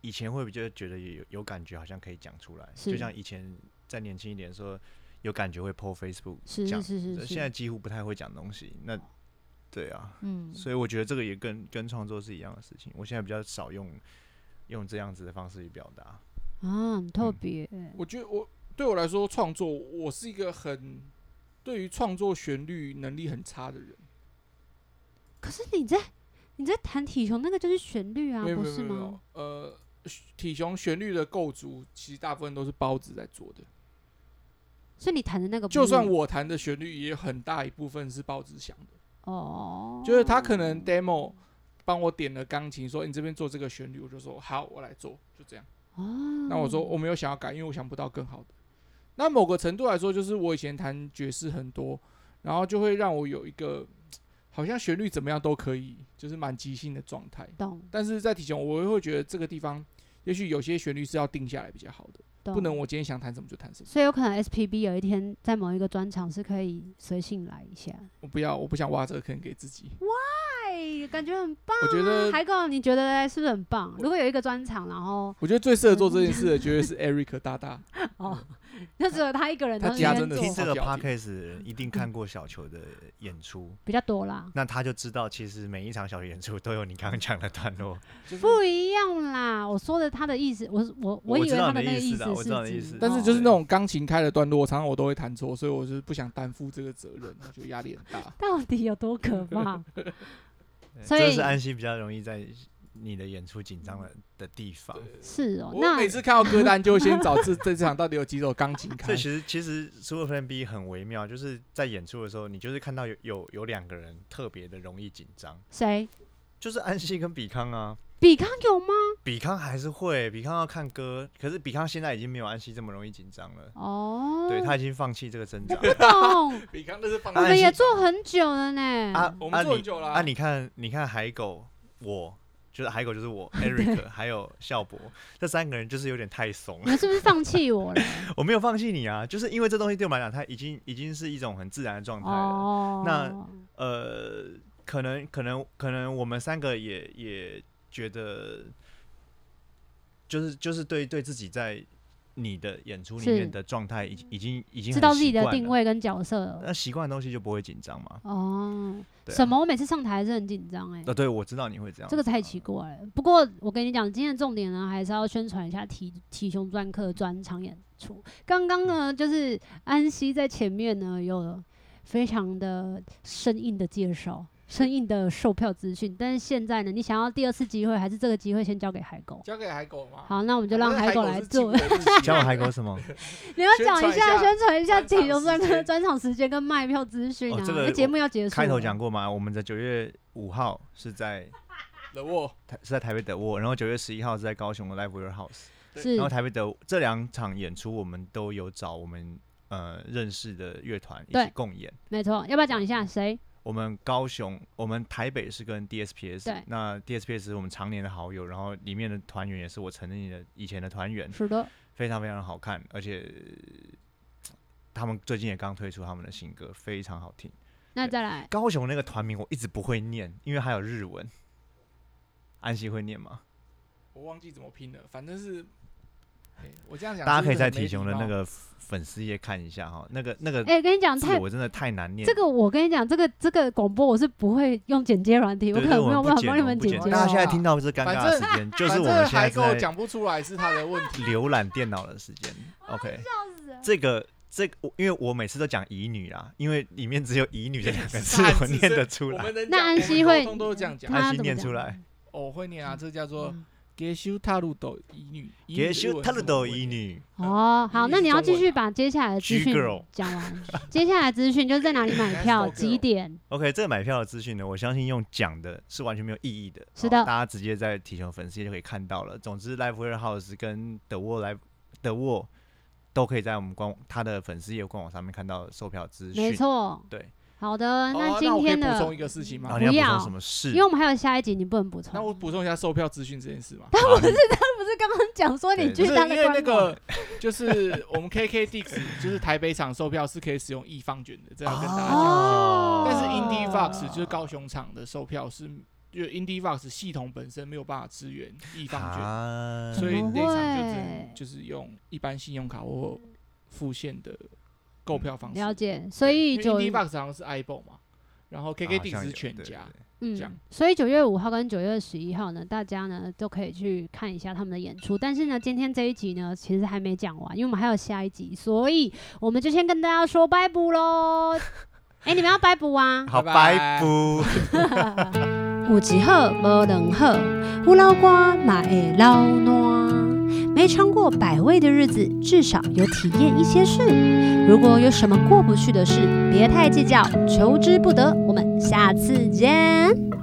Speaker 2: 以前会比较觉得有有感觉，好像可以讲出来，
Speaker 1: 是
Speaker 2: 就像以前再年轻一点的时候，有感觉会 po Facebook
Speaker 1: 是
Speaker 2: 讲
Speaker 1: 是，是是是，
Speaker 2: 现在几乎不太会讲东西。那对啊，
Speaker 1: 嗯，
Speaker 2: 所以我觉得这个也跟跟创作是一样的事情。我现在比较少用用这样子的方式去表达。
Speaker 1: 啊，很特
Speaker 2: 嗯
Speaker 1: 别、
Speaker 3: 我觉得我对我来说创作，我是一个很对于创作旋律能力很差的人。
Speaker 1: 可是你在你在弹体球，那个就是旋律啊，
Speaker 3: 没有
Speaker 1: 不
Speaker 3: 没有
Speaker 1: 是
Speaker 3: 没有没有
Speaker 1: 吗？，
Speaker 3: 呃，体雄旋律的构筑其实大部分都是包子在做的，
Speaker 1: 所以你弹的那个不
Speaker 3: 就是算
Speaker 1: 你
Speaker 3: 我弹的旋律也有很大一部分是包子想的。
Speaker 1: 哦，
Speaker 3: 就是他可能 demo 帮我点了钢琴，说你这边做这个旋律，我就说好，我来做，就这样。
Speaker 1: 哦，
Speaker 3: 那我说我没有想要改，因为我想不到更好的。那某个程度来说，就是我以前弹爵士很多，然后就会让我有一个好像旋律怎么样都可以，就是蛮即兴的状态。
Speaker 1: 懂
Speaker 3: 但是在体前，我会觉得这个地方，也许有些旋律是要定下来比较好的，
Speaker 1: 懂，
Speaker 3: 不能。我今天想弹什么就弹什么。
Speaker 1: 所以有可能 SPB 有一天在某一个专场是可以随性来一下，
Speaker 3: 我不要，我不想挖这个坑给自己。
Speaker 1: 哎，感觉很棒。
Speaker 3: 我觉得，
Speaker 1: 海狗，你觉得是不是很棒？如果有一个专场，然后
Speaker 3: 我觉得最适合做这件事的，绝对是 Eric 大大。
Speaker 1: 哦，
Speaker 2: 嗯
Speaker 1: 就只有他一个人，
Speaker 3: 他
Speaker 1: 然后
Speaker 3: 家
Speaker 1: 在那
Speaker 3: 真的
Speaker 1: 边
Speaker 2: 听
Speaker 3: 是
Speaker 1: 做
Speaker 2: 这个
Speaker 3: 好屌
Speaker 2: podcast 的人一定看过小球的演出，
Speaker 1: 比较多啦。
Speaker 2: 那他就知道其实每一场小球演出都有你刚刚讲的段落。
Speaker 3: 就是
Speaker 1: 不一样啦，我说的他的意思，我是我
Speaker 2: 我
Speaker 1: 以为
Speaker 2: 知道
Speaker 1: 他
Speaker 2: 你的
Speaker 1: 那个
Speaker 2: 意思
Speaker 1: 思
Speaker 2: 啦我
Speaker 1: 是
Speaker 2: 知道你的
Speaker 1: 指
Speaker 2: 意思
Speaker 1: 哦
Speaker 3: 但是就是那种钢琴开的段落，常常我都会弹错，所以我就是不想担负这个责任，我觉得压力很大。
Speaker 1: 到底有多可 怕？
Speaker 2: 对
Speaker 1: 所
Speaker 2: 这
Speaker 1: 以
Speaker 2: 是安息比较容易在你的演出紧张的的地方。
Speaker 1: 是哦，
Speaker 3: 我
Speaker 1: 那
Speaker 3: 每次看到歌单就会先找这 这场到底有几首钢琴开
Speaker 2: 这。其实其实 Super Fan B 很微妙，就是在演出的时候，你就是看到有有有两个人特别的容易紧张，
Speaker 1: 谁
Speaker 2: 就是安息跟比康啊。
Speaker 1: 比康有吗？
Speaker 2: 比康还是会，比康要看歌，可是比康现在已经没有安息这么容易紧张了，
Speaker 1: 哦，
Speaker 2: 对 他已经放弃这个挣 扎了。
Speaker 1: 懂，
Speaker 3: 比刚那是放
Speaker 1: 我们也做很久了呢。
Speaker 2: 啊，
Speaker 3: 我
Speaker 2: 啊
Speaker 3: 们做很
Speaker 2: 你
Speaker 3: 久了、
Speaker 2: 啊，你看，你看海狗，我就是海狗，就是我 Eric，还有笑博，这三个人就是有点太怂
Speaker 1: 你
Speaker 2: 了。
Speaker 1: 们是不是放弃我了？
Speaker 2: 我没有放弃你啊，就是因为这东西对我们来讲，它已经已经是一种很自然的状态了。
Speaker 1: 哦，
Speaker 2: 那呃，可能可能可能我们三个也也觉得，就是就是对对自己在你的演出里
Speaker 1: 是嗯
Speaker 2: 面的状态已经已经已经
Speaker 1: 知
Speaker 2: 很
Speaker 1: 道自己
Speaker 2: 习
Speaker 1: 的
Speaker 2: 惯
Speaker 1: 定
Speaker 2: 了，
Speaker 1: 位跟角色了。
Speaker 2: 那习惯的东西就不会紧张嘛。
Speaker 1: 哦，
Speaker 2: 对啊
Speaker 1: 什么？我每次上台还是很紧张哎。
Speaker 2: 呃，对，我知道你会这样。
Speaker 1: 这个太奇怪了。不过我跟你讲，今天的重点呢，还是要宣传一下体体胸专科专场演出。刚刚呢，就是安息在前面呢有非常的生硬的介绍。生硬的售票资讯，但是现在呢，你想要第二次机会，还是这个机会先交给海狗。
Speaker 3: 交给海狗嘛。
Speaker 1: 好，那我们
Speaker 3: 那
Speaker 1: 就让海狗
Speaker 3: 狗
Speaker 1: 来
Speaker 3: 是进
Speaker 1: 做
Speaker 3: 我。自己
Speaker 2: 教我海狗 什么？
Speaker 1: 你要讲一下，宣
Speaker 3: 宣
Speaker 1: 传一下
Speaker 3: 专场
Speaker 1: 体胸专
Speaker 3: 时
Speaker 1: 科
Speaker 3: 间
Speaker 1: 专场时间跟卖票资讯啊。
Speaker 2: 哦这个
Speaker 1: 那节目要结束了，
Speaker 2: 开头讲过嘛，我们的九月五号是在
Speaker 3: 的我，
Speaker 2: 台是在台北德沃，然后九月十一号是在高雄的 Live Warehouse，
Speaker 1: 是
Speaker 2: 然后台北德这两场演出我们都有找我们呃认识的乐团一
Speaker 1: 对
Speaker 2: 起共演。
Speaker 1: 没错。要不要讲一下谁？
Speaker 2: 我们高雄，我们台北是跟 DSPS，
Speaker 1: 对
Speaker 2: 那 DSPS 是我们常年的好友，然后里面的团员也是我曾经的以前的团员，
Speaker 1: 是的，
Speaker 2: 非常非常好看，而且呃他们最近也刚推出他们的新歌，非常好听。
Speaker 1: 那再来
Speaker 2: 高雄那个团名我一直不会念，因为还有日文。安息会念吗？
Speaker 3: 我忘记怎么拼了，反正是，哎我这样讲，
Speaker 2: 大家可以在
Speaker 3: 体
Speaker 2: 体雄的那个粉丝页看一下哈，那个那个
Speaker 1: 哎、跟你讲，
Speaker 2: 字
Speaker 1: 太
Speaker 2: 我真的太难念了。
Speaker 1: 这个我跟你讲，这个这个广播我是不会用剪接软体，
Speaker 2: 对
Speaker 1: 可
Speaker 2: 对
Speaker 1: 能没有
Speaker 2: 们不
Speaker 1: 办法
Speaker 2: 剪
Speaker 1: 帮你们啊
Speaker 2: 不
Speaker 1: 剪
Speaker 2: 剪
Speaker 1: 接
Speaker 2: 大家
Speaker 1: 到。
Speaker 2: 现在听到是尴尬的时间，就是我们
Speaker 3: 反正
Speaker 2: 现在
Speaker 3: 还跟我
Speaker 2: 在
Speaker 3: 讲不出来是他的问题。
Speaker 2: 浏览电脑的时间。OK，
Speaker 1: 哦死了
Speaker 2: 这个这个我，因为我每次都讲乙女啊，因为里面只有乙女这 两个字
Speaker 3: 汉字
Speaker 2: 我念得
Speaker 3: 我
Speaker 2: 出来
Speaker 3: 们。能
Speaker 1: 那
Speaker 3: 讲
Speaker 1: 安
Speaker 3: 我们
Speaker 1: 息会
Speaker 3: 沟通都是这样讲
Speaker 1: 他，
Speaker 2: 安
Speaker 1: 怎
Speaker 2: 息
Speaker 1: 么
Speaker 2: 念
Speaker 1: 讲
Speaker 2: 出来，
Speaker 3: 哦我会念啊，这叫做
Speaker 1: 嗯
Speaker 3: “给修塔鲁斗乙女”，乙女
Speaker 2: 也
Speaker 3: 的日
Speaker 2: 许
Speaker 3: 文
Speaker 2: 他
Speaker 3: 是
Speaker 2: 的
Speaker 3: 什么
Speaker 2: 都
Speaker 3: 鬼
Speaker 2: 乙女，
Speaker 1: 哦，好，
Speaker 3: 嗯
Speaker 1: 那你要
Speaker 3: 中文
Speaker 1: 继续
Speaker 3: 啊
Speaker 1: 把接下来的资
Speaker 2: G
Speaker 1: 讯
Speaker 2: girl
Speaker 1: 讲完。接下来的资讯就是在哪里买票，
Speaker 3: Yes, go
Speaker 1: 几
Speaker 3: girl
Speaker 1: 点？
Speaker 2: OK，这个买票的资讯呢，我相信用讲的是完全没有意义的。
Speaker 1: 是的
Speaker 2: 哦大家直接在体球粉丝页就可以看到了。总之，Live Warehouse 跟 The Wall Live The Wall 都可以在我们官他的粉丝页官网上面看到售票资讯。
Speaker 1: 没，错。
Speaker 2: 对。
Speaker 1: 好的，
Speaker 3: 哦
Speaker 1: 今
Speaker 3: 我可以
Speaker 1: 天
Speaker 3: 补充
Speaker 1: 的
Speaker 3: 一，个事情
Speaker 2: 然后
Speaker 3: 吗？
Speaker 2: 你要
Speaker 1: 不
Speaker 2: 补
Speaker 1: 要
Speaker 2: 充什么事？
Speaker 1: 因为我们还有下一集，你不能补充。
Speaker 3: 那我补充一下售票资讯这件事嘛。
Speaker 2: 但我是
Speaker 1: 不是刚刚讲说
Speaker 2: 对
Speaker 1: 你
Speaker 3: 不
Speaker 1: 去
Speaker 3: 是
Speaker 1: 他
Speaker 3: 因
Speaker 1: 的
Speaker 3: 为那
Speaker 1: 官网
Speaker 3: 个，就是我们 KKDix 就是台北场售票是可以使用易放卷的，这要跟大家讲。
Speaker 1: 哦
Speaker 3: 但是
Speaker 1: 哦
Speaker 3: Indie Fox 就是高雄场的售票是，就 Indie Fox 系统本身没有办法支援易放卷，
Speaker 2: 啊
Speaker 3: 所以
Speaker 1: 怎么
Speaker 3: 那一场就只
Speaker 1: 会
Speaker 3: 能就是用一般信用卡或付现的
Speaker 2: 嗯
Speaker 3: 购票方式。
Speaker 1: 了解，所以九
Speaker 3: Indie Box 好像是 i b o 嘛，然后 KK 定
Speaker 2: 啊好像
Speaker 3: 是
Speaker 2: 有
Speaker 3: 全
Speaker 2: 对
Speaker 3: 家
Speaker 2: 对，对
Speaker 3: 这样
Speaker 1: 嗯，所以九月五号跟九月十一号呢，大家呢都可以去看一下他们的演出。但是呢，今天这一集呢，其实还没讲完，因为我们还有下一集，所以我们就先跟大家说拜拜喽。哎、你们要拜拜啊？
Speaker 2: 好，
Speaker 3: 拜
Speaker 2: 拜
Speaker 3: 拜
Speaker 2: 拜。
Speaker 1: 有一好无两好，有老瓜嘛会老烂。没尝过百味的日子，至少有体验一些事。如果有什么过不去的事，别太计较，求之不得。我们下次见。